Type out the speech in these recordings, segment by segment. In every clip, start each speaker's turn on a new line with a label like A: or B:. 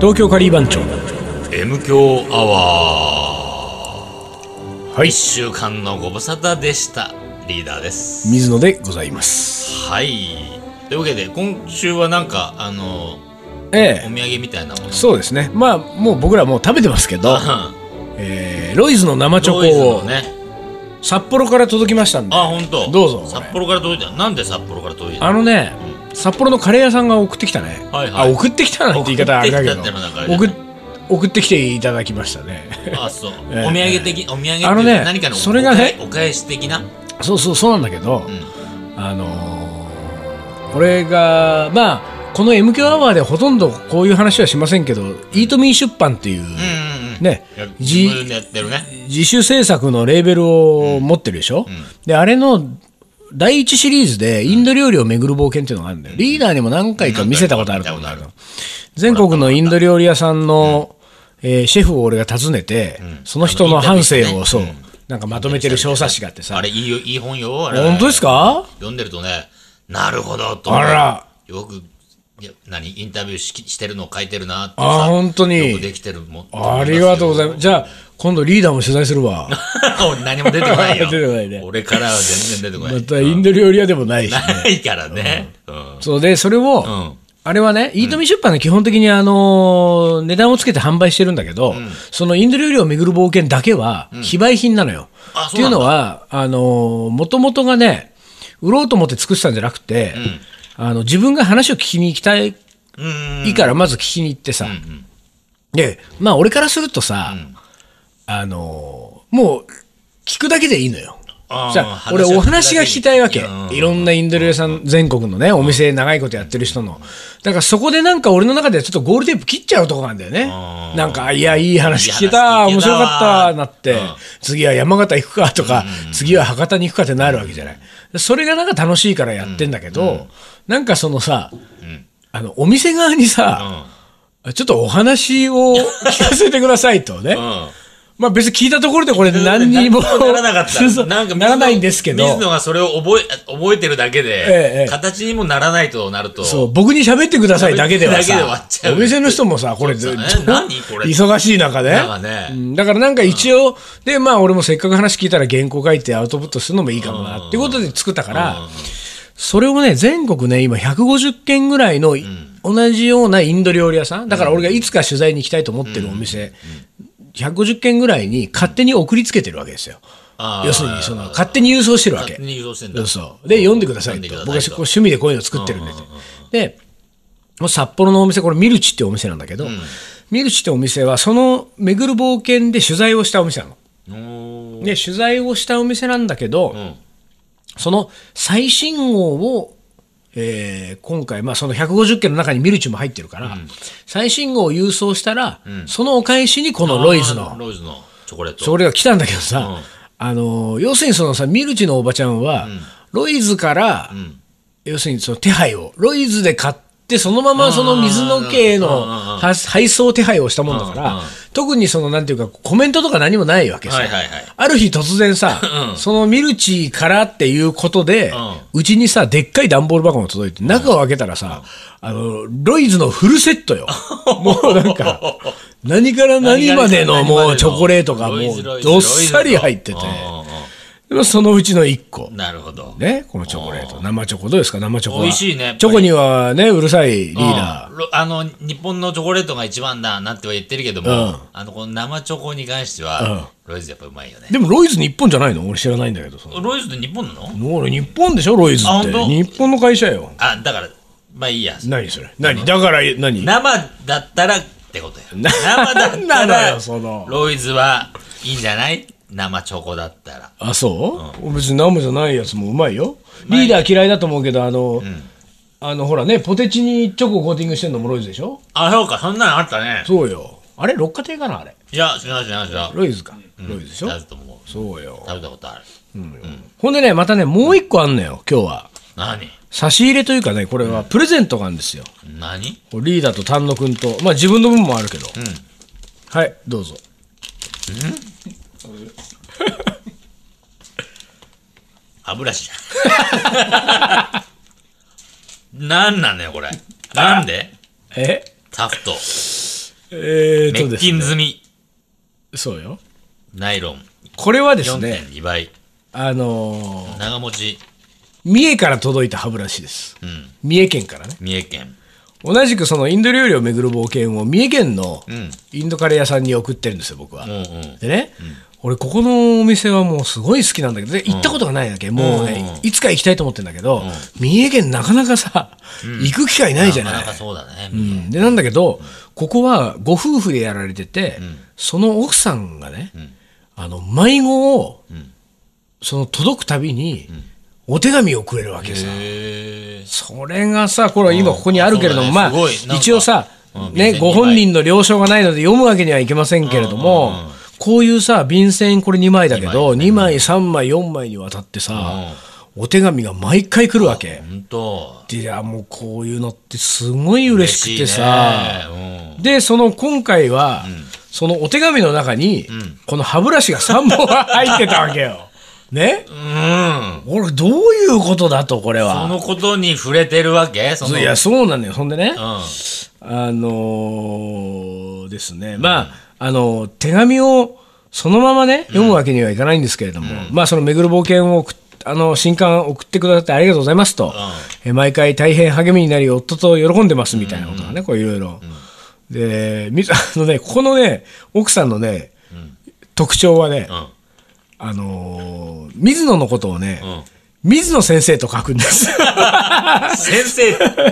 A: 東京カリー番長
B: M 強アワー
A: はい
B: 一週間のご無沙汰でしたリーダーです
A: 水野でございます
B: はいというわけで今週はなんかあのお
A: ええ
B: 土産みたいなもの
A: そうですねまあもう僕らもう食べてますけど、 えーロイズの生チョ
B: ロイズ
A: コを
B: のね
A: 札幌から届きましたんで
B: あ本当。
A: どうぞこれ
B: 札幌から届いたなんで札幌から届いた
A: あのね札幌のカレー屋さんが送ってきたね、
B: はいはい
A: あ送ってきたなんて言い方あれだけ
B: 送ってきたってのはなんかあれ
A: ど送
B: じゃな
A: っ送ってきていただきましたね
B: あそう、
A: ええ
B: お土産的お土産って
A: あの
B: いうか
A: ね
B: 何かのお
A: それがね
B: お返し的なう
A: そうそうそうなんだけど、
B: ん
A: あのー、俺がまあこの MQ アワーでほとんどこういう話はしませんけどイートミー出版っていう、
B: うんうんうん
A: ね
B: や
A: じ
B: 自分でやってるね
A: 自主制作のレーベルを持ってるでしょ、であれの第一シリーズでインド料理を巡る冒険っていうのがあるんだよ、リーダーにも何回か見せたことあると思うんだけど
B: 見
A: 全国のインド料理屋さんの、えーシェフを俺が訪ねて、その人の半生を、
B: うん
A: そう、
B: うん
A: なんかまとめてる小冊子があってさ
B: あれいいよいい本よあれ
A: 本当ですか
B: 読んでるとね、なるほどと思う。
A: あら
B: よく、いや何、インタビューしきしてるの書いてるなって
A: あ
B: さ
A: 本当に
B: よくできてるもん。
A: ありがとうございます。じゃあ、今度リーダーも取材する わ。
B: す。何も出てこないよ。
A: 出てこないね
B: 俺からは全然出てこない。
A: またインド料理屋でもないし。
B: ないからね。うん。
A: そうで、それを、
B: ん
A: あれはね、イートミー出版の基本的にあのー値段をつけて販売してるんだけど、そのインド料理を巡る冒険だけは、非売品なのよ。
B: あ
A: っていうのは、あのー、もともとがね、売ろうと思って作ってたんじゃなくて、あの自分が話を聞きに行きたい
B: うんうん。
A: いいからまず聞きに行ってさ、でまあ俺からするとさ、あのーもう聞くだけでいいのよ
B: あー
A: じゃあ俺お話が聞きたいわけ
B: 話を聞くだけにうん
A: いろんなインド料理屋さん全国のねお店長いことやってる人のだからそこでなんか俺の中ではちょっとゴールテープ切っちゃうとこなんだよね
B: あー
A: なんかいやいい話聞けた
B: いい話聞けた
A: 面白かったなって、
B: うん
A: 次は山形行くかとか、次は博多に行くかってなるわけじゃないそれがなんか楽しいからやってんだけど、なんかそのさ、あのお店側にさ、ちょっとお話を聞かせてくださいとね、
B: うん。
A: まあ別に聞いたところでこれ何にも
B: 何 ならなか っ
A: そうそ
B: た。
A: う
B: なんか水野
A: ならないんですけど
B: 水野がそれを覚え、覚えてるだけ
A: えええ
B: で
A: え、
B: 形にもならないとなると。
A: そう、僕に喋ってくださいだけでは
B: 喋ってくださいだけで終わ
A: さ
B: っちゃ、う
A: お店の人もさ、これ、
B: そうだね
A: ずっと
B: 何これ
A: 忙しい中で
B: なんかね
A: うんだからなんか一応、で、まあ俺もせっかく話聞いたら原稿書いてアウトプットするのもいいかもなってことで作ったから、それをね、全国ね、今150件ぐらいの同じようなインド料理屋さん、だから俺がいつか取材に行きたいと思ってるお店、150件ぐらいに勝手に送りつけてるわけですよ。
B: あー
A: 要するに、その、勝手に郵送してるわけ
B: 勝手。に誘導してん
A: そ
B: だ
A: う。そうで、読んでください
B: 読んで
A: と
B: ください
A: 僕はこ
B: と
A: う趣味でこういうの作ってるんでって。で、もう札幌のお店、これ、ミルチってお店なんだけど、ミルチってお店は、その巡る冒険で取材をしたお店なの。
B: おー
A: で、取材をしたお店なんだけど、
B: ん
A: その最新号を、えー今回、まあ、その150件の中にミルチも入ってるから、最新号を郵送したら、そのお返しにこのロイズの
B: あーロイズのチョコレート。
A: それが来たんだけどさ、
B: うん
A: あの要するにそのさミルチのおばちゃんは、ロイズから、要するにその手配をロイズで買ってそのままその水野家への
B: うんうんうんうん
A: は配送手配をしたもんだから、
B: うんうん
A: 特にそのなんていうかコメントとか何もないわけさ、
B: はいはいはい
A: ある日突然さ、
B: うん
A: そのミルチからっていうことで、うち、にさでっかい段ボール箱が届いて中を開けたらさ、あのロイズのフルセット よもうなんか何から何までのもうチョコレートがも
B: ロイズ
A: う
B: ロイズ
A: どっさり入ってて
B: ロイズのうんうんうん
A: でもそのうちの1個
B: なるほど。
A: ねこのチョコレート生チョコどうですか生チョコは
B: 美味しいねやっぱり
A: チョコにはねうるさいリー
B: うん
A: ダ
B: ロあの、日本のチョコレートが一番だなんては言ってるけども、
A: うん
B: あの、この生チョコに関しては、ロイズやっぱうまいよね
A: ー。でもロイズ日本じゃないの俺知らないんだけどさ
B: ロイズって日本なの
A: 俺日本でしょロイズ
B: あ
A: って
B: 本当
A: 日本の会社よ
B: あ、だから、まあいいや。
A: 何それ何だから何
B: 生だったらってこ とや。
A: な
B: 生だ
A: な
B: った
A: んだ
B: ら
A: よその、
B: ロイズはいいんじゃない生チョコだったら。
A: あそう、別に生じゃないやつもうまいよリーダー嫌いだと思うけどあの、あのほらねポテチにチョコをコーティングしてんのもロイズでしょ
B: あ、そうか、そんなのあったね。
A: そうよあれ六花亭かなあれ
B: いや、知らない知らない知らない。
A: ロイズか、ロイズでしょ
B: だと思う。
A: そうよ
B: 食べたことある。
A: ほんでねまたねもう一個あんのよ今日は
B: 何
A: 差し入れというかねこれはプレゼントがあるんですよ、
B: 何
A: これリーダーと丹野くんとまあ自分の分もあるけど、
B: ん
A: はいどうぞ
B: 歯ブラシじ ゃん。なんなんだよ、これ。なんで
A: え
B: タフト。
A: えー、と
B: 滅
A: です
B: 菌
A: ね。
B: 済み、
A: そうよ。
B: ナイロン
A: これはですね、
B: 4.2倍、
A: あのー
B: 長持ち、
A: 三重から届いた歯ブラシです。
B: うん、
A: 三重県からね。
B: 三重県。
A: 同じくそのインド料理をめぐる冒険を三重県の
B: うん
A: インドカレー屋さんに送ってるんですよ、僕は。
B: うんうん。
A: でね、俺ここのお店はもうすごい好きなんだけど、で行ったことがないだけ、もうね、
B: うん
A: いつか行きたいと思ってんだけど、三重県なかなかさ、行く機会ないじゃ
B: な
A: な
B: か
A: い
B: な。かそうだね。
A: うんでなんだけど、ここはご夫婦でやられてて、その奥さんがね、あの迷子を、その届くたびに、お手紙をくれるわけさ。
B: へえ。
A: それがさ、これは今ここにあるけれども、
B: うん
A: まあ、
B: そうだねすごいなんか
A: 一応さ、
B: うん便
A: ね、
B: 箋
A: ご本人の了承がないので読むわけにはいけませんけれども、
B: うんうんうん
A: こういうさ、便箋これ2枚だけど、2枚、3枚、4枚にわたってさ、お手紙が毎回来るわけ。
B: 本当。
A: で、いや、もうこういうのってすごい嬉しくてさ、
B: 嬉しいね
A: で、その今回は、そのお手紙の中に、この歯ブラシが3本入ってたわけよ。ね
B: うん。 うん。
A: 俺、どういうことだと、これ
B: そ
A: は。
B: のことに触れてるわけその。
A: いや、そうなのよ。そんでね
B: う、ん。
A: あのーですね、まあ、あのー手紙をそのままね、読むわけにはいかないんですけれども、まあ、その、めぐる冒険を送っあの新刊送ってくださってありがとうございますと、え毎回大変励みになり、夫と喜んでますみたいなことがね、こういろいろ。で、みあのね、ここのね、奥さんのね、特徴はね、
B: うん。
A: あのー水野のことをね、
B: うん。
A: 水野先生と書くん です。
B: 先生、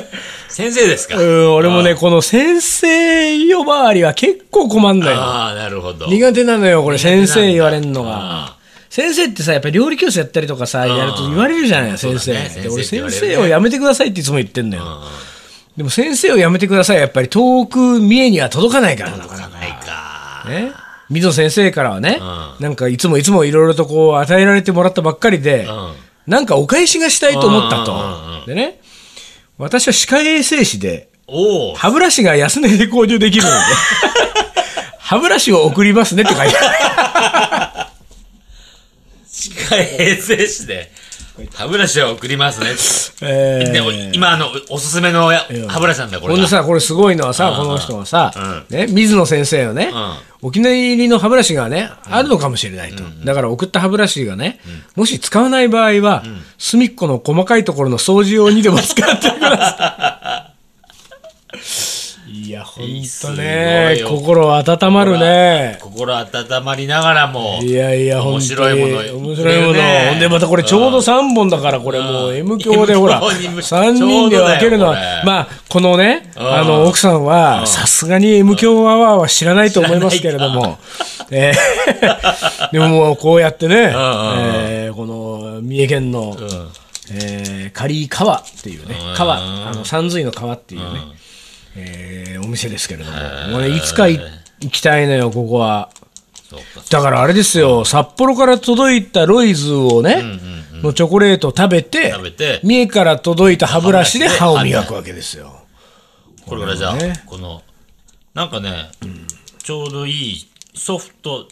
B: 先生ですか。
A: うん、俺もね、この先生呼ばわりは結構困んだよ。
B: ああ、なるほど。
A: 苦手なのよ、これ、
B: 手なん
A: 先
B: だ
A: 生言われんの
B: あ
A: が。先生ってさ、やっぱり料理教室やったりとかさ、やると言われるじゃない、
B: そう
A: 先
B: だ
A: 生。
B: ね
A: で俺、
B: 先生って言わ
A: 先
B: れるね
A: 生をやめてくださいっていつも言ってんの
B: う
A: よ。
B: ん。
A: でも、先生をやめてください、やっぱり遠く見えには届かないからな。
B: 届かないか。
A: ね。水野先生からはね、
B: う
A: なんかいつもいつもいろいろとこう与えられてもらったばっかりで、
B: ん
A: なんかお返しがしたいと思ったと。
B: うんうんうん
A: でね、私は歯科衛生士で、
B: おお。
A: 歯ブラシが安値で購入でき るので、歯ブラシを送りますねって書いてある。
B: 歯科衛生士で歯ブラシを送りますね。
A: えー
B: でも今あのおすすめのや歯ブラシなんだこ
A: ほ
B: れ
A: ん
B: が
A: で。さ、これすごいのはさ、この人はさ、ね、水野先生のね、沖縄入りの歯ブラシがね、あるのかもしれないと。だから送った歯ブラシがね、もし使わない場合は、隅っこの細かいところの掃除用にでも使ってくださ い。いや、ほん
B: いいっ
A: と
B: す
A: ね、
B: すごいよ
A: 心温まるね。
B: 心温まりながらも。
A: いやいや、本
B: 面
A: 当
B: 白
A: に
B: いもの。
A: 面白いもの。ほんで、またこれちょうど3本だから、これもう M 教で
B: M
A: ほら、
B: 教に
A: 3人で分けるのは
B: ちょうどだよこ、れ
A: まあ、このね、
B: ん
A: あの、奥さんは、さすがに M 教アワーは知らないと思いますけれども、 えー でももうこうやってね、えーこの三重県の、えー、カリー川っていうね、川、あの、山水の川っていうね、えーお店ですけれども、俺いつかい行きたいのよ、ここは。
B: そうか
A: だからあれですよ、札幌から届いたロイズをね、のチョコレートを食べて
B: 食べて
A: 三重から届いた歯ブラシで歯を磨くわけですよ。
B: これからじゃあ、
A: これもね
B: このなんかね、ちょうどいいソフト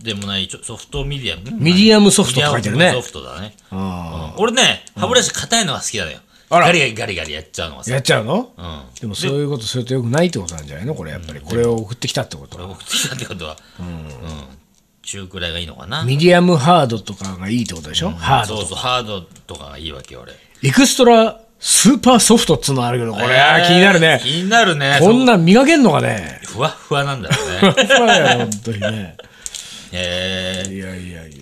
B: でもないちょソフトミディアム
A: ミディアムソフトって書いてる
B: ミデ
A: ね
B: ィアムソフトだね、
A: あ
B: うん俺ね歯ブラシ硬いのが好きなのよ、
A: あら
B: ガリガリガリガリやっちゃうのが
A: ー
B: さ
A: やっちゃうの、
B: うん
A: でもそういうことするとよくないってことなんじゃないのこれやっぱり。これを送ってきたってこと。
B: 僕的だってことは、うん中くらいがいいのかな
A: ミディアムハードとかがいいってことでしょ、ハード
B: そ
A: と
B: うそうハードとかがいいわけ俺
A: エクストラスーパーソフトっつうのあるけど、これは気になるね。
B: 気になるね
A: こんなん磨けんのかね
B: そうふわっふわなんだろうね
A: そうだよ本当にね。
B: えー
A: いやいやいや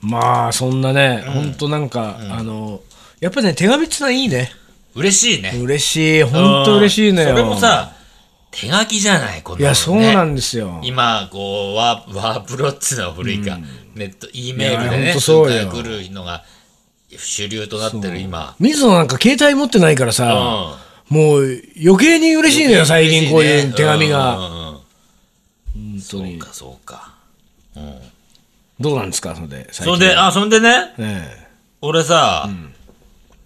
A: まあそんなね、ほんとなんか、あのやっぱりね手紙ってのはいいね
B: 嬉しいね
A: 嬉しいほんと嬉しいのよ
B: それもさ手書きじゃないこ
A: い
B: んなのね
A: やそうなんですよ、
B: 今こうワーワープロっつうのは古いか、ネット E メー
A: いや
B: ルで
A: ほん
B: ね
A: とそうよ
B: 来るのが主流となってる今
A: 水野なんか携帯持ってないからさ、
B: うん
A: もう余計に嬉しいのよ最近こういう手紙
B: う
A: が、
B: んうんうん
A: 本当
B: そう
A: に
B: かそうか、うん、
A: どうなんですかそれで最近
B: そんであそんでね
A: ええ
B: 俺さ、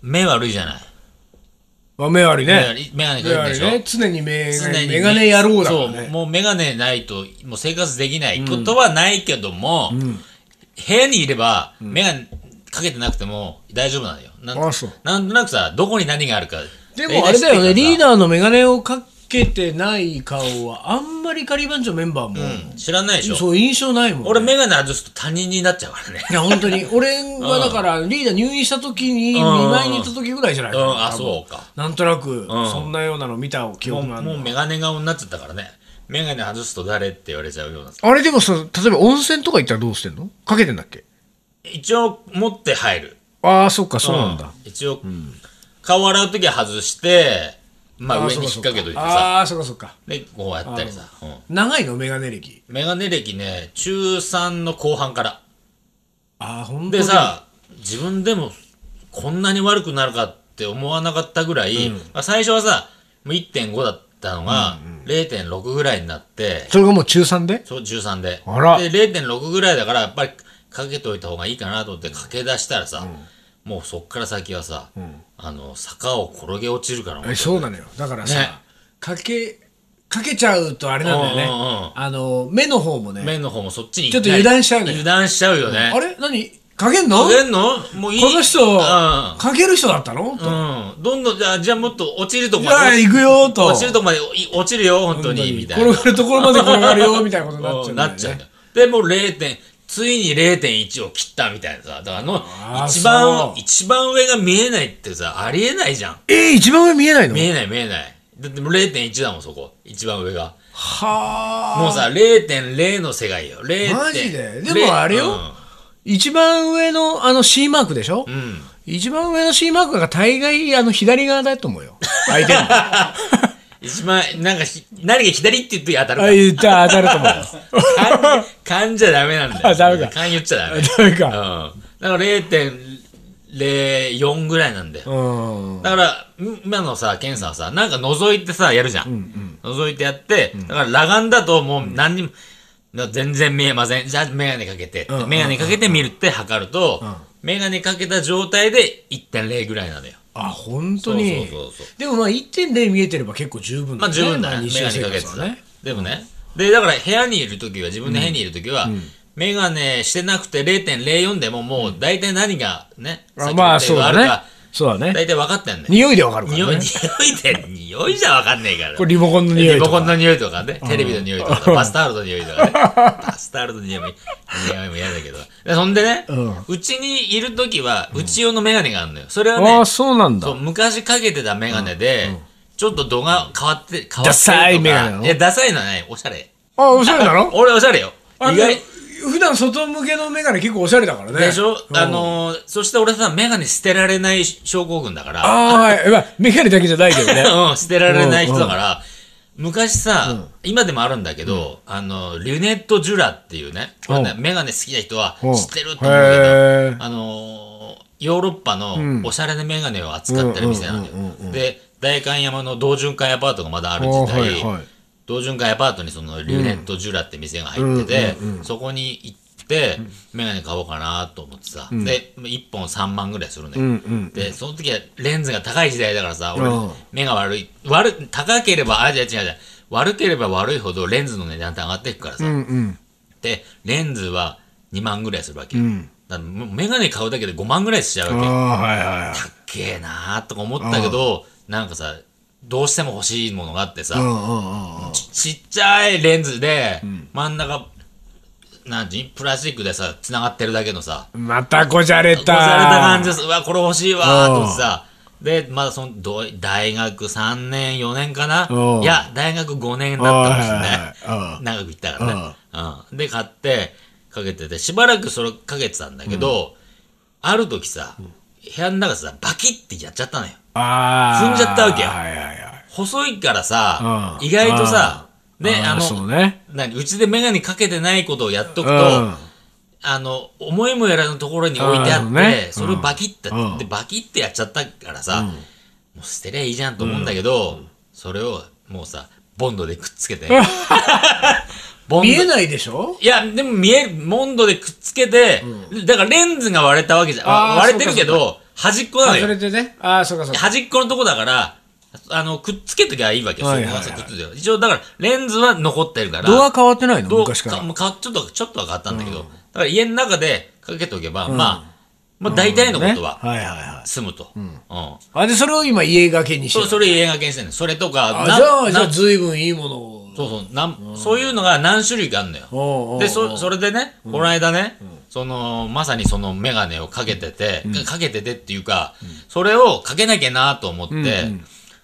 B: 目悪いじゃない
A: まあ目悪い
B: 目
A: ね
B: 悪い眼
A: 目
B: 鏡かけてる
A: 悪
B: でし
A: い
B: ょ
A: ね常に目
B: 常に
A: メガネ野郎だから
B: そう
A: ね
B: もうメガネないともう生活できないことはないけども、部屋にいればメガネかけてなくても大丈夫なのよなん
A: あそう
B: なんとなくさどこに何があるか
A: でもあれだよね、リー
B: ダー
A: ダーのメガネをかけてない顔は、あんまり仮番長メンバーも、
B: うん知らないでしょ。
A: そう、印象ないもん、ね。
B: 俺、メガネ外すと他人になっちゃうからね。
A: いや、本当 に。俺はだから、リーダー入院した時に、見舞いに行った時ぐらいじゃないかな。
B: うんあ
A: 多分
B: そうか。
A: なんとなく、そんなようなの見た記
B: もう
A: 憶がある
B: もうメガネ顔になっちゃったからね。メガネ外すと誰って言われちゃうような。
A: あれでもさ、例えば温泉とか行ったらどうしてんのかけてんだっけ
B: 一応、持って入る。
A: ああ、そっか、そうなんだ。
B: 一応、顔洗うときは外して、ま
A: あ
B: あ
A: ー
B: 上に引っ掛けといてさ。
A: ああ、そっかそっか。
B: で、こうやったりさ。うん
A: 長いのメガネ歴。
B: メガネ歴ね、中3の後半から。
A: ああ、ほんと
B: で
A: に。
B: さ、自分でもこんなに悪くなるかって思わなかったぐらい、まあ最初はさ、もう1.5だったのが、0.6ぐらいになって、
A: それがもう中3で
B: そう13で。
A: あら
B: で、0.6ぐらいだから、やっぱりかけといた方がいいかなと思ってかけ出したらさ、もうそっから先はさ、あの、坂を転げ落ちるから、
A: えそうなのよ。だからさ、
B: ね
A: かけ、かけちゃうとあれなんだよね。
B: うんうんうん
A: あの、目の方もね。
B: 目の方もそっちに
A: ちょっと油断しちゃうね
B: 油断しちゃうよね。
A: あれ何かけんの
B: かけんのもういい。
A: この人、
B: うん。
A: かける人だったのと。
B: うん。どんどん、じゃあ、じゃあもっと落ちるとこ
A: じ
B: まで
A: ゃあ、行くよと。
B: 落ちるとこまで、い落ちるよ、本当に、みたいな。
A: 転がるところまで転がるよ、みたいなことになっちゃう だよね、
B: うんんなっちゃうんだよ。で、もう0点、ついに0.1を切ったみたいなさ。だからあの
A: あ、ー
B: 一番
A: そう、
B: 一番上が見えないってさ、ありえないじゃん。
A: えー、一番上見えないの
B: 見えない、見えない。だってもう0.1だもん、そこ。一番上が。
A: はあ。
B: もうさ、0.0の世界よ。0.
A: マジででもあれよ一番上のあの C マークでしょ、
B: うん。うん
A: 一番上の C マークが大概あの左側だと思う よ。相手の。あ
B: 一番、なんかひ、何が左って言って当たるから。
A: 言ったら当たると思うよ。
B: 勘勘じゃダメなんだよ。
A: あダメか
B: 勘言っちゃダメ。
A: ダメか
B: うん。だから0.04ぐらいなんだよ。
A: うん。
B: だから、今のさ、検査はさ、なんか覗いてさ、やるじゃん。覗いてやって、だから裸眼だともう何にも、な全然見えません。じゃあ、メガネかけて。メガネかけて見るって測ると、メガネかけた状態で1.0ぐらいなのよ。
A: あ、本当に。
B: そうそうそうそ
A: でもまあ1.0見えてれば結構十分
B: まあ十分だ
A: まあ
B: ね。
A: 日
B: メ
A: 常生
B: ガネかけて
A: 活は
B: さ
A: ね。。
B: でもね。で、だから部屋にいるときは、自分の部屋にいるときは、メガネしてなくて0.04でももう大体何がね、
A: あまあそうだ
B: 先の程度
A: ね
B: あ。
A: そうだ
B: るか
A: ね。
B: 大体分かってんね。
A: 匂いでわかるか
B: 匂
A: ら
B: い、
A: ね。
B: 匂いで、匂いじゃ分かんねえから。
A: これリモコンの匂い
B: リ
A: と
B: モコン
A: か。
B: の匂いとかね、テレビの匂いと か、バスタオルの匂いとかね、バスタオルの匂いも、匂いも嫌だけど。でそんでね
A: うん、
B: うち、にいるときは、うち用のメガネがあるのよ。それはね、
A: ああ、そうなんだ
B: そう。昔かけてたメガネで、ちょっと度が変わって、変わってるとか
A: ダサいメガネなの
B: いや、ダサいのはない。おしゃれ。
A: あ、おしゃれなの
B: 俺おしゃれよ。
A: あ
B: 意
A: の
B: 外。
A: 普段外向けのメガネ結構おしゃれだからね。
B: でしょ
A: うん
B: あのー、そして俺さ、メガネ捨てられない症候群だから、
A: ああ、はい。まあメガネだけじゃないけど ね。
B: うん、捨てられない人だから、昔さ、今でもあるんだけど、あの、リュネット・ジュラっていうね、これねメガネ好きな人は
A: うん
B: 知ってると思う
A: へ
B: けど、あのー、ヨーロッパのおしゃれなメガネを扱ってる店なんだ
A: うんうんうんう
B: よ。で、代官山の道順会アパートがまだある
A: あ
B: 時
A: ーは
B: 代
A: い、はい。
B: 道順街アパートにそのリュネット・ジュラって店が入ってて、そこに行って、メガネ買おうかなと思ってさ、で、1本3万ぐらいするね、
A: うんうん。
B: で、その時はレンズが高い時代だからさ、俺
A: うん、
B: 目が悪い。悪い、高ければ、あ、違う違う違う。悪ければ悪いほどレンズの値段って上がっていくからさ。
A: うんうん。
B: で、レンズは2万ぐらいするわけ。
A: ん
B: だからもうメガネ買うだけで5万ぐらいしちゃう
A: あ
B: わけ。
A: あ、はいはいはい。
B: かっけえなーとか思ったけど、なんかさ、どうしても欲しいものがあってさ、
A: うんうんうんうん。
B: ちっちゃいレンズで、真ん中、なんていうプラスチックでさ、繋がってるだけのさ、
A: またこじゃれた。
B: こじゃれた感じです。うわ、これ欲しいわーと思ってさ。で、まだその、どう大学3年、4年かな
A: うん
B: いや、大学5年だったかもしれ
A: はいはい
B: な
A: はい
B: い。長く行ったからね。うん。で、買って、かけてて、しばらくそれかけてたんだけど、ある時さ、部屋の中さ、バキってやっちゃったのよ。
A: ああ。
B: 踏んじゃったわけよ
A: はいはいはい。
B: 細いからさ、
A: うん
B: 意外とさ、ね、あ
A: ーそ
B: の
A: う、ね。
B: 何うちでメガネかけてないことをやっとくと、
A: うん
B: あの、思いもやらぬところに置いてあっ
A: う
B: て、
A: んね
B: それをバキッて、
A: うん
B: で、バキッてやっちゃったからさ、もう捨てりゃいいじゃんと思うんだけど、それをもうさ、ボンドでくっつけて。 ボンド
A: 見えないでしょ
B: いや、でも見える、ボンドでくっつけて、だからレンズが割れたわけじゃん。
A: あー
B: 割れてるけ
A: そう
B: ど、端っこなの
A: そ
B: よ
A: れ。でね。ああ、そうかそうか。
B: 端っこのとこだから、あの、くっつけときゃいいわけよ。
A: はいはいはい
B: そこがくっついてる一応、だから、レンズは残ってるから。
A: ドア変わってないの
B: どう
A: 昔から。
B: もうかちょっと、ちょっとは変わったんだけど、だから家の中でかけとけば、まあ、まあ、大体のこと
A: ね
B: は
A: はいはいはい。
B: 済むと。うん。
A: あ、で、それを今家掛けにして
B: そ
A: る
B: れ、それ映画化にしてんの。それとか、
A: あ、
B: な
A: じゃあ、じゃあ
B: な
A: 随分いいものを。
B: そうそう、なん、そういうのが何種類かあるのよ。
A: おうおうおう
B: で、そ、それでね、この間ね、その、まさにそのメガネをかけてて、かけててっていうか、それをかけなきゃなと思って、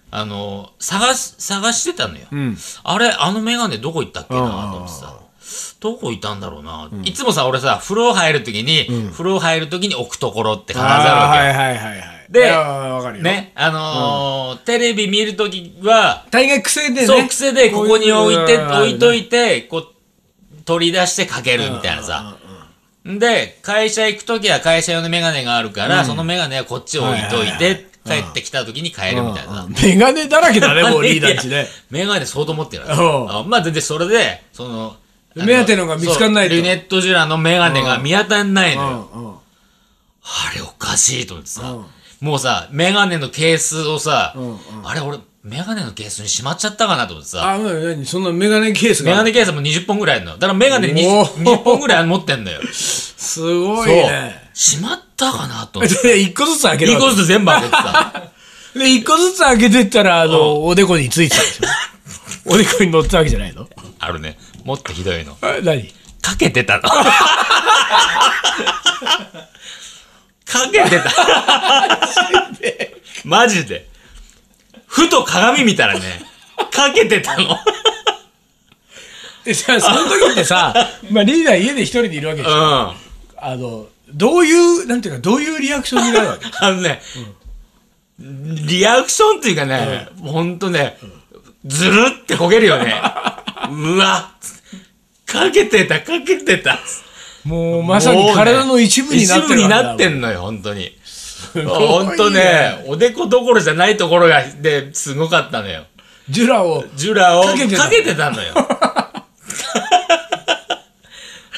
B: あの、探し、探してたのよ。
A: ん
B: あれ、あのメガネどこ行ったっけなと思ってさ。どこいたんだろうな、いつもさ、俺さ、風呂入るときに、風呂入るときに置くところって必ずあるわ
A: あ
B: け
A: ー
B: よ。
A: はいはいはいはい。
B: で
A: いやわかるよ。。
B: ね、あのーテレビ見るときは、
A: 大概癖でね。
B: そう、癖でここに置いて、
A: こううのがある
B: 置いといて、こう、取り出してかけるみたいなさ。で、会社行くときは会社用のメガネがあるから、そのメガネはこっち置いとい
A: はいはいはい
B: て、帰ってきたときに変えるみたいなさ。
A: メガネだらけ だね、もうリーダーんちね。
B: メガネ相当持ってるわ
A: うん
B: あまあ、全然それで、その、あ
A: 目当てのが見つかんないと
B: そうリネットジュラのメガネが見当たんないのよ。
A: うんうん
B: あれおかしいと思ってさ、
A: うん
B: もうさ、メガネのケースをさ、
A: んうん
B: あれ俺、メガネのケースにしまっちゃったかなと思ってさ、
A: あ、うん何そんなメガネケースが。
B: メガネケースも20本ぐらいあるのよ。だからメガネ 20,
A: おー
B: 20本ぐらい持ってんのよ。
A: すごい
B: そう
A: ね。。
B: しまったか なと思って。
A: で、一個ずつ開ける
B: 一
A: わ
B: 個
A: け。
B: ずつ全部開けてさ、
A: で、一個ずつ開けてったら、あの、おでこについてたで しょ。おでこに乗ってたわけじゃないの
B: あるね、もっとひどいの。
A: あ何
B: かけてたの。かけてた。マジで。ふと鏡見たらね、かけてたの。
A: で、じゃあ、その時って さ、まあ、リーダー家で一人でいるわけでしょ。
B: うん。
A: あの、どういう、なんていうか、どういうリアクションになる わけ
B: あのね、リアクションっていうかね、ほんとね、ずるって焦げる よね。うわ、かけてた、かけてた。
A: もう、まさに体の一部になってる
B: 一部に
A: わけだ
B: なってんのよ、ほんとに。
A: ごいね
B: ほんとね、おでこどころじゃないところが、で、すごかったのよ。
A: ジュラを、
B: ジュラを
A: かけてた
B: かけてたのよ。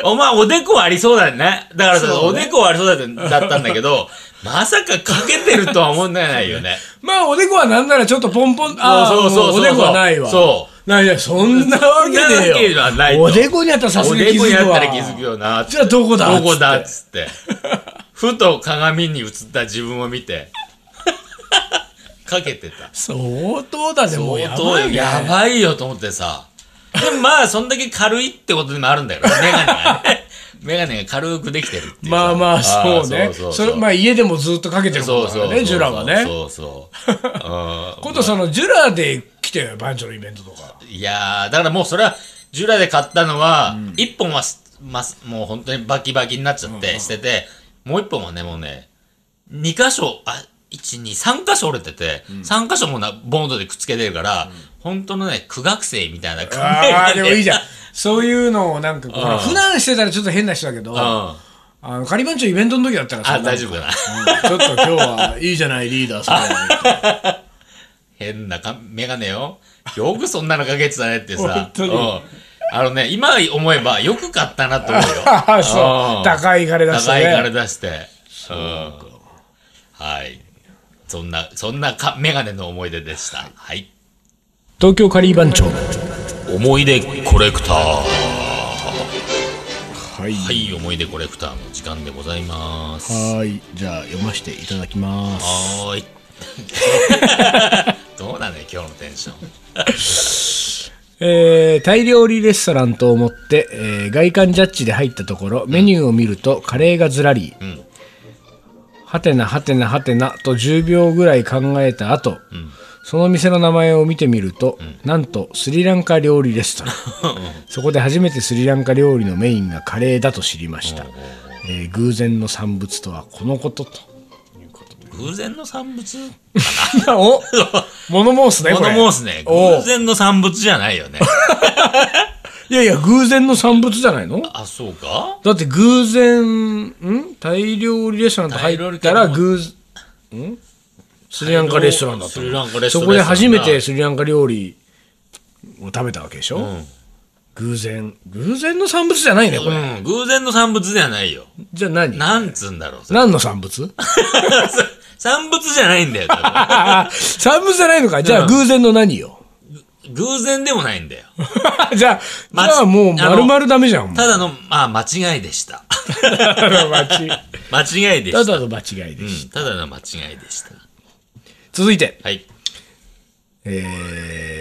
B: お前、おでこありそうだね。だからさ、
A: そ
B: お
A: うね
B: でこはありそうだってだったんだけど、まさかかけてるとは思んないよね。
A: まあ、おでこはなんならちょっとポンポン、ああ、
B: そ
A: も
B: うそうそうそう
A: おでこはないわ。。
B: そう
A: ないや、そんなわけね
B: そんなわ
A: え
B: け
A: よ
B: はないと
A: おでこにあったらさす
B: お
A: がに
B: で
A: 気
B: こ
A: づ
B: やっ
A: くわ。
B: たら気づくよなって
A: じゃあ、どこだ
B: どこだっ
A: つって
B: つって。ふと鏡に映った自分を見て、かけてた。
A: 相当だね、もうやばい、ね。
B: やばいよと思ってさ。でもまあ、そんだけ軽いってことでもあるんだよね。メガネがね。メガネが軽くできてるっていうさ。
A: まあまあ、そうね。そう
B: そそうそう。
A: れ、まあ、家でもずっとかけてる
B: そ
A: こ
B: う
A: と
B: そう
A: だか
B: そう
A: らね、ジュラはね。
B: そうそう。うん
A: 今度、その、ジュラで来てよ、番長のイベントとか。
B: いやー、だからもうそれは、ジュラで買ったのは、一本はす、まあ、すもう本当にバキバキになっちゃって、捨てて、もう一本はね、もうね、二箇所、あ、一、二、三箇所折れてて、三箇所もな、ボンドでくっつけてるから、本当のね、苦学生みたいな感じ。
A: ああ、でもいいじゃん そういうのをなんかこう、
B: うん
A: 普段してたらちょっと変な人だけど、あ
B: うん。
A: の、仮番長イベントの時だったら
B: あ、
A: さ、
B: 大丈夫かな。
A: ちょっと今日はいいじゃないリーダーさ
B: 変なかメガネよ。よくそんなのかけてたねってさ。
A: 本当に。
B: うんあのね、今思えばよく買ったなと思う よ
A: そう。高い金出して
B: 高いから
A: ね。
B: 出して。うんはい。そんな、そんなかメガネの思い出でした。はい。
A: 東京カリー番長。
B: 思い出コレクター。は
A: はい。
B: い、思い出コレクターの時間でございます。
A: はい。じゃあ読ませていただきます。
B: はーい。 どうなのよ、今日のテンション。
A: えータイ料理レストランと思って、えー外観ジャッジで入ったところメニューを見るとカレーがずらり、
B: ん
A: はてなはてなはてなと10秒ぐらい考えた後、その店の名前を見てみると、なんとスリランカ料理レストランそこで初めてスリランカ料理のメインがカレーだと知りました、えー偶然の産物とはこのこと と
B: 偶然の産物
A: お 物申すね
B: こ
A: これ
B: の申すね、
A: おう
B: 偶然の産物じゃないよね。
A: いやいや偶然の産物じゃないの
B: あ、そうか
A: だって偶然、んタイ料理レストランと入ったら偶然、んスリランカレストランだった
B: スリランカレスト
A: そ
B: ランだ
A: こで初めてスリランカ料理を食べたわけでしょ、
B: ん
A: 偶然。偶然の産物じゃないね、こ
B: う
A: れ。
B: ん、偶然の産物ではないよ。
A: じゃあ何
B: なんつうんだろう。それ
A: 何の産物
B: 産物じゃないんだよ、多分
A: ああ、産物じゃないのか。じゃあ偶然の何よ。
B: 偶然でもないんだよ。
A: じゃあ、じゃあもう丸々ダメじゃん。
B: ただの、まあ、間違いでした。
A: た だの間違い
B: 間違いでした。
A: た
B: うん
A: だの間違いです。
B: ただの間違いでした。
A: 続いて、
B: はい。
A: えー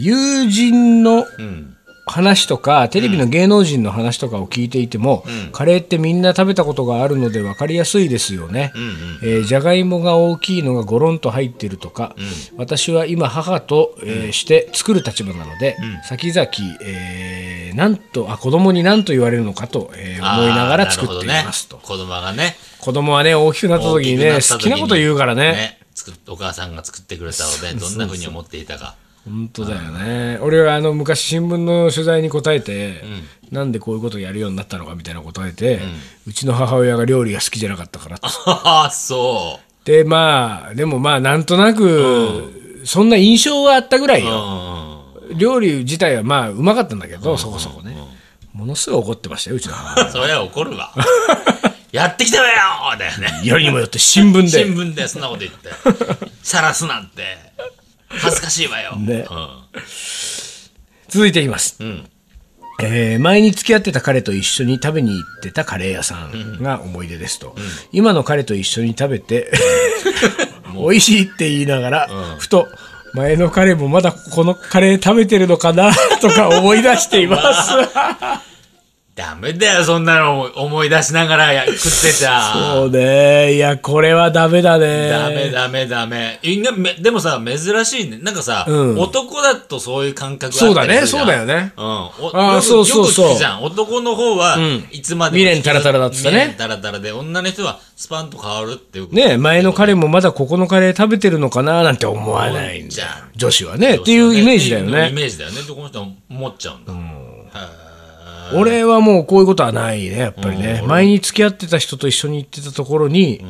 A: 友人の
B: うん。
A: 話とかテレビの芸能人の話とかを聞いていても、カレーってみんな食べたことがあるので分かりやすいですよね、えーじゃがいもが大きいのがゴロンと入ってるとか、私は今母と、えーして作る立場なので、先々、えーなんとあ子供に何と言われるのかと、えー思いながら作っていますと、
B: あーなるほどね、子供がね。
A: 子供はね大きくなった時にね
B: 大きく
A: 好
B: った時
A: きなこと言うからね
B: 作っお母さんが作ってくれたので、どんなふうに思っていたか。
A: 本当だよね俺はあの昔新聞の取材に答えて、なんでこういうことをやるようになったのかみたいな答えて、うちの母親が料理が好きじゃなかったからっつっ
B: ああ、そ。
A: てでまあでもまあなんとなく、そんな印象はあったぐらいう
B: う
A: よ、
B: ん。
A: 料理自体はまあうまかったんだけど、そこそこね、ものすごい怒ってましたようちの母
B: そりゃ怒るわ。 やってきたわよだよね。
A: よりにもよって新聞
B: 新
A: で
B: 聞でそんなこと言って。さらすなんて。恥ずかしいわよ。
A: ね
B: う
A: 続いていきます
B: ん。うん。
A: えー前に付き合ってた彼と一緒に食べに行ってたカレー屋さんが思い出ですと、今の彼と一緒に食べて 美味しいって言いながら、ふと前の彼もまだこのカレー食べてるのかな とか思い出してい ます
B: ダメだよ、そんなの思い出しながらや食ってちゃ。
A: そうねいやこれはダメだね
B: ダメダメダメ。いやめでもさ、珍しいね。なんかさ、
A: うん
B: 男だとそういう感覚
A: そうだね
B: そう
A: そうだよ。ね
B: うん。あ
A: あーそうそうそう
B: よく聞くじゃん。男の方は、
A: ん
B: いつまでも。
A: 未練たらたらだっつってね
B: 未練たらたらで、女の人はスパンと変わるっていう。
A: ね前の彼もまだここのカレー食べてるのかななんて思わないんだ
B: じゃあ
A: 女子はねっていうイメージだよ
B: イ
A: ね
B: メージだよね。でこの人は思っちゃうんだ。へー
A: 俺はもうこういうことはないねやっぱり
B: うん
A: ね
B: 俺、も
A: 前に付き合ってた人と一緒に行ってたところに、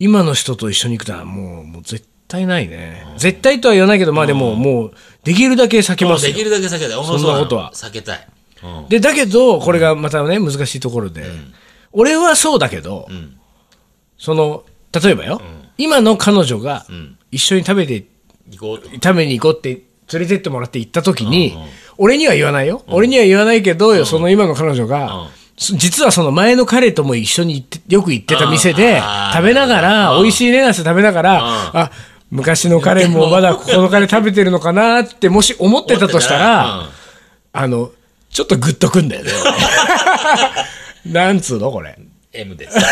A: 今の人と一緒に行くのはもうもう絶対ないね、絶対とは言わないけどまあでも、もうできるだけ避けます
B: で
A: よ
B: きるだけ避けたい。そ
A: んなことは
B: 避けたい。うん
A: でだけどこれがまたね難しいところで、俺はそうだけど、
B: ん
A: その例えばよ、今の彼女が
B: ん
A: 一緒に食べて
B: 行こうと。
A: 食べに行こうって連れてってもらって行った時に、俺には言わないよ、俺には言わないけど、その今の彼女が、
B: うん
A: そ実はその前の彼とも一緒に行ってよく行ってた店で
B: あー
A: 食べながら、
B: うん
A: 美味しいねなんて食べながら、
B: ん
A: あ昔の彼もまだここの彼食べてるのかなってもし思ってたとしたら、
B: うん
A: あのちょっとグッとくんだよね。なんつうのこれ
B: M です。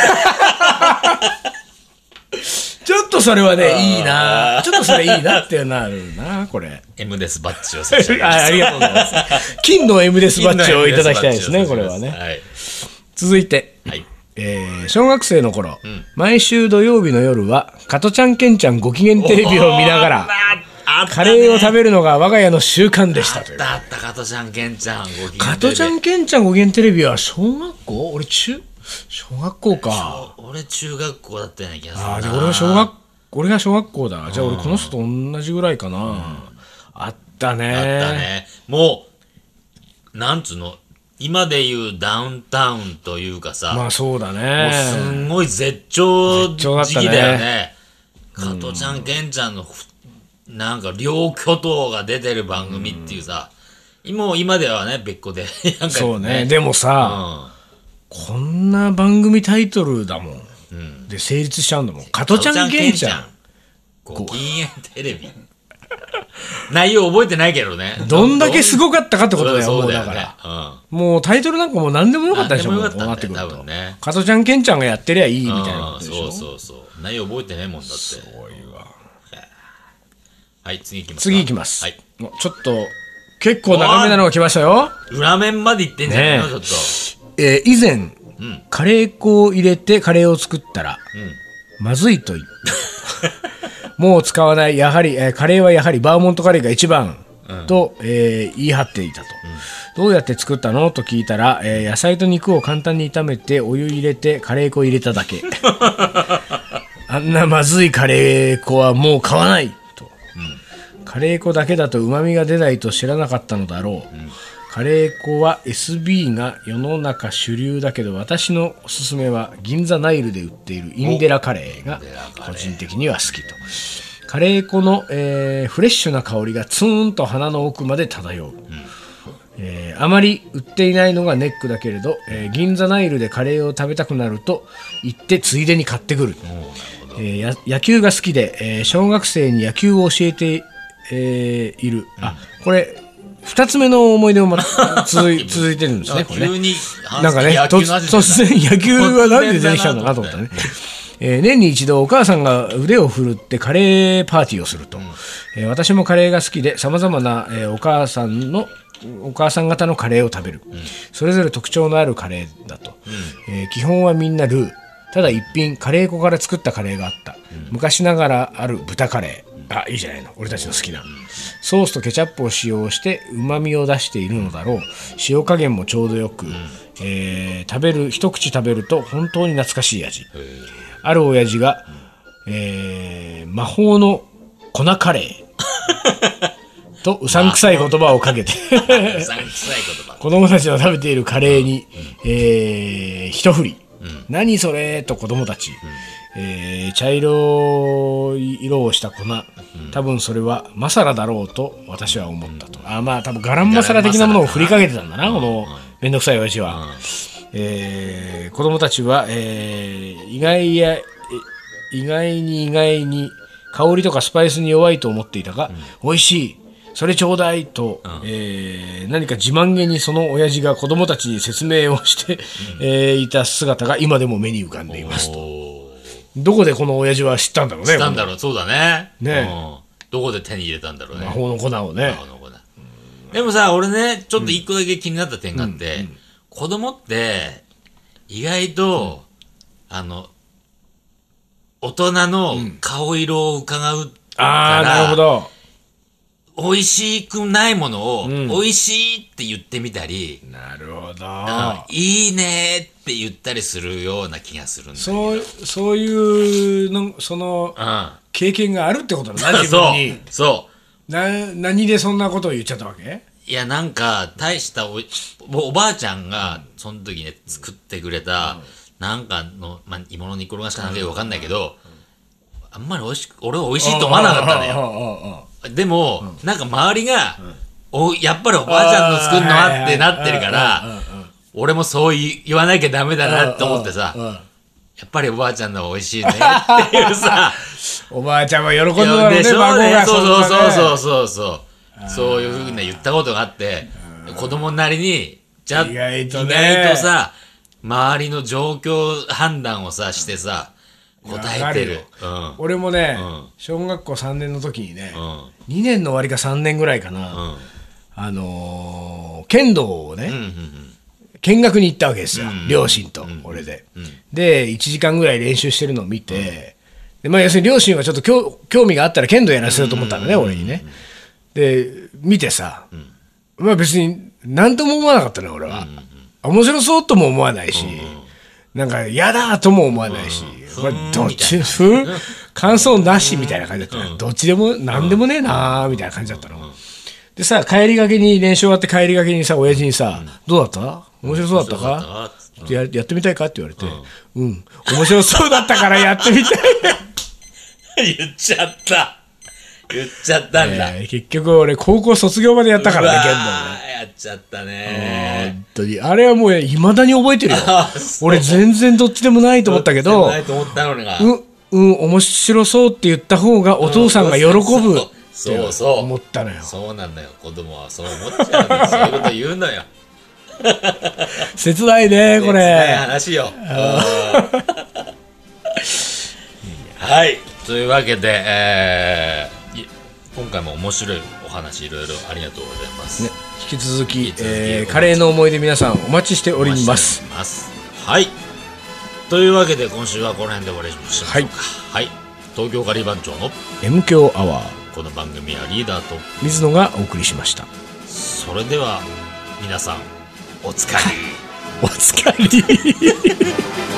A: ちょっとそれはねいいなちょっとそれいいなってなるなこれ
B: M ですバッジを差し上げま
A: あ
B: す
A: ありがとうございます金の M ですバッジをいただきたいですねこれはね
B: はい。
A: 続いて、
B: はい。
A: えー小学生の頃、毎週土曜日の夜は加トちゃんケンちゃんご機嫌テレビを見ながら
B: あったね
A: カレーを食べるのが我が家の習慣でし
B: あ
A: た
B: っ
A: という
B: たあった、加トちゃん、ケンちゃん、ご機嫌
A: 加トちゃ
B: テレ
A: んケンちゃんご機嫌テレビは小学校俺中小学校か
B: ビ。俺、中学校だったような気がするな。
A: あーで俺は小学俺が小学校だじゃあ俺この人と同じぐらいかな、あったね
B: あったね。もう、なんつうの、今で言うダウンタウンというかさ、
A: まあそうだ
B: も
A: ね
B: うすんごい絶頂
A: 絶頂だった
B: 時
A: ね
B: 期だよね。加トちゃん、ケンちゃんのふ、なんか両巨頭が出てる番組っていうさ、今もう今ではね、別個で。 なんか
A: そうね。でも
B: う
A: さ、
B: ん。
A: こんな番組タイトルだもん、で成立しちゃうんだもん加トちゃんケンちゃん
B: ご機嫌テレビ。 内容覚えてないけどね。
A: どんだけす
B: い
A: ごかったかって
B: こ
A: ことだよ
B: そ
A: も
B: う
A: うだ
B: だよ
A: か
B: ね
A: ら。もうタイトルなんかもう何でもよかったでしょ
B: 何で
A: も
B: も
A: うこ
B: よか
A: う
B: ったね
A: なってくると
B: 多分ね
A: 加トちゃんケンちゃんがやってりゃいいみ
B: うん
A: たいなこ
B: う
A: と
B: ん
A: でし
B: そ
A: ょ
B: うそうそう。内容覚えてないもんだって。はい、次行きますか。
A: 次いきます、
B: はい。
A: もうちょっと結構長めなのが来ましたよ
B: 裏面まで行ってんじゃないのちょっと。
A: えー以前、カレー粉を入れてカレーを作ったら、まずいと言った もう使わないやはり、えーカレーはやはりバーモントカレーが一番と、えー言い張っていたと、どうやって作ったのと聞いたら、えー野菜と肉を簡単に炒めてお湯入れてカレー粉を入れただけあんなまずいカレー粉はもう買わないとカレー粉だけだと旨味が出ないと知らなかったのだろう、カレー粉は SB が世の中主流だけど私のおすすめは銀座ナイルで売っているインデラカレーが個人的には好きとカレー粉の、えーフレッシュな香りがツーンと鼻の奥まで漂う、えーあまり売っていないのがネックだけれど、えー銀座ナイルでカレーを食べたくなると言ってついでに買ってくる、えーや野球が好きで、えー小学生に野球を教えて、えーいるあこれ2つ目の思い出もまた 続い続いてるんですねこれね
B: 急に、
A: なんかね、
B: 野球の話
A: 突突然野球はなんで出てきたのかと思った ね。えー年に一度お母さんが腕を振るってカレーパーティーをすると、えー私もカレーが好きでさまざまな、えーお母さんのお母さん方のカレーを食べる、それぞれ特徴のあるカレーだと、えー基本はみんなルーただ一品カレー粉から作ったカレーがあった、昔ながらある豚カレーあいいじゃないの俺たちの好きな、ソースとケチャップを使用してうまみを出しているのだろう塩加減もちょうどよく、えー食べる一口食べると本当に懐かしい味ある親父が、えー魔法の粉カレーとうさんくさい言葉をかけて
B: うさんくさい言葉。
A: 子供たちの食べているカレーに、えー一振り、何それと子供たち、えー茶色い色をした粉、多分それはマサラだろうと私は思ったと、あまあ多分ガランマサラ的なものを振りかけてたんだな、このめんどくさい親父は、えー子供たちは、えー意外やえ意外に意外に香りとかスパイスに弱いと思っていたが、美味しいそれちょうだいと、えー何か自慢げにその親父が子供たちに説明をして、えーいた姿が今でも目に浮かんでいますと
B: おー
A: どこでこの親父は知ったんだろうね
B: したんだろう、そうだね。
A: ね
B: うんどこで手に入れたんだろうね。
A: この魔法の粉をね
B: あの子だでもさ、俺ね、ちょっと一個だけ気になった点があって、子供って、意外と、あの、大人の顔色を伺う
A: ああ
B: か
A: なるほ
B: ら、
A: ど
B: 美味しくないものを、美味しいって言ってみたり、
A: なるほど
B: あのいいねって言ったりするような気がするんだよ。
A: そうそういうのその
B: うん。
A: 経験があるってこと だな自
B: そ
A: 分に
B: う。そう。
A: な何でそんなことを言っちゃったわけ
B: いや、なんか、大したおい、おおばあちゃんが、その時ね、作ってくれた、なんかの、まあ、煮物煮転がしかなんかよくわかんないけど、あんまり美味しく、俺は美味しいと思わなかったのよ。
A: よ
B: でも、なんか周りが、お、やっぱりおばあちゃんの作るのはってなってるから、俺もそうい言わなきゃダメだなって思ってさ、やっぱりおばあちゃんのは美味しいねっていうさ、
A: おばあちゃんは喜んでだろうね
B: でしょ
A: 孫
B: うね
A: が
B: そうんそう
A: なね
B: そうそうそうそうそういうふうに言ったことがあって子供なりにじゃ
A: 意外とね
B: 意外とさ周りの状況判断をさしてさ答えてる
A: わ
B: うん
A: 俺もね、
B: うん
A: 小学校3年の時にね、
B: うん
A: 二2年の終わりか3年ぐらいかな、
B: うん
A: あのー剣道をね、
B: うんうん
A: 見学に行ったわけですよ、
B: ん
A: 両親と、俺で、で1時間ぐらい練習してるのを見て、でまあ、要するに両親はちょっと興興味があったら剣道やらせようと思ったのね、俺にねで見てさ、まあ別に何とも思わなかったのよ俺は、面白そうとも思わないし、なんか嫌だとも思わないし、これどっちふん感想なしみたいな感じだったの、どっちでも何でもねえなーみたいな感じだったの、でさ、帰りがけに、練習終わって帰りがけにさ、親父にさ、どうだった面白そうだった
B: 面白
A: か
B: かった
A: ちょっとややってみたいかって言われて、うん、面白そうだったからやってみたい。
B: 言っちゃった言っちゃったんだ、
A: えー結局俺、高校卒業までやったからね、剣道ね
B: うわーやっちゃったね
A: 本当に。あれはもう、いまだに覚えてるよ
B: あそ。
A: 俺、全然どっちでもないと思ったけ
B: ど
A: ど
B: う、ないと思ったのが、
A: うん、うん、面白そうって言った方がお父さんが喜ぶ
B: うん
A: って
B: そうそう
A: 思ったのよ。
B: そうなんだよ子供はそう思っちゃうのそういうこと言うのよ
A: 切ないね、 こ
B: 切ない
A: れ。
B: 話よ。うんはい。というわけで、えーい今回も面白いお話いろいろありがとうございます。
A: ね引き続き
B: き続き
A: えーカレーの思い出皆さんお待ちしてお
B: お
A: り
B: 待ちしてお
A: ます。
B: ります。はい。というわけで今週はこの辺で終わりにしましょうか。はい。東京カリバン長の
A: M 強アワー
B: この番組はリーダーと、
A: 水野がお送りしました
B: それでは皆さん、お疲れ。
A: お疲れ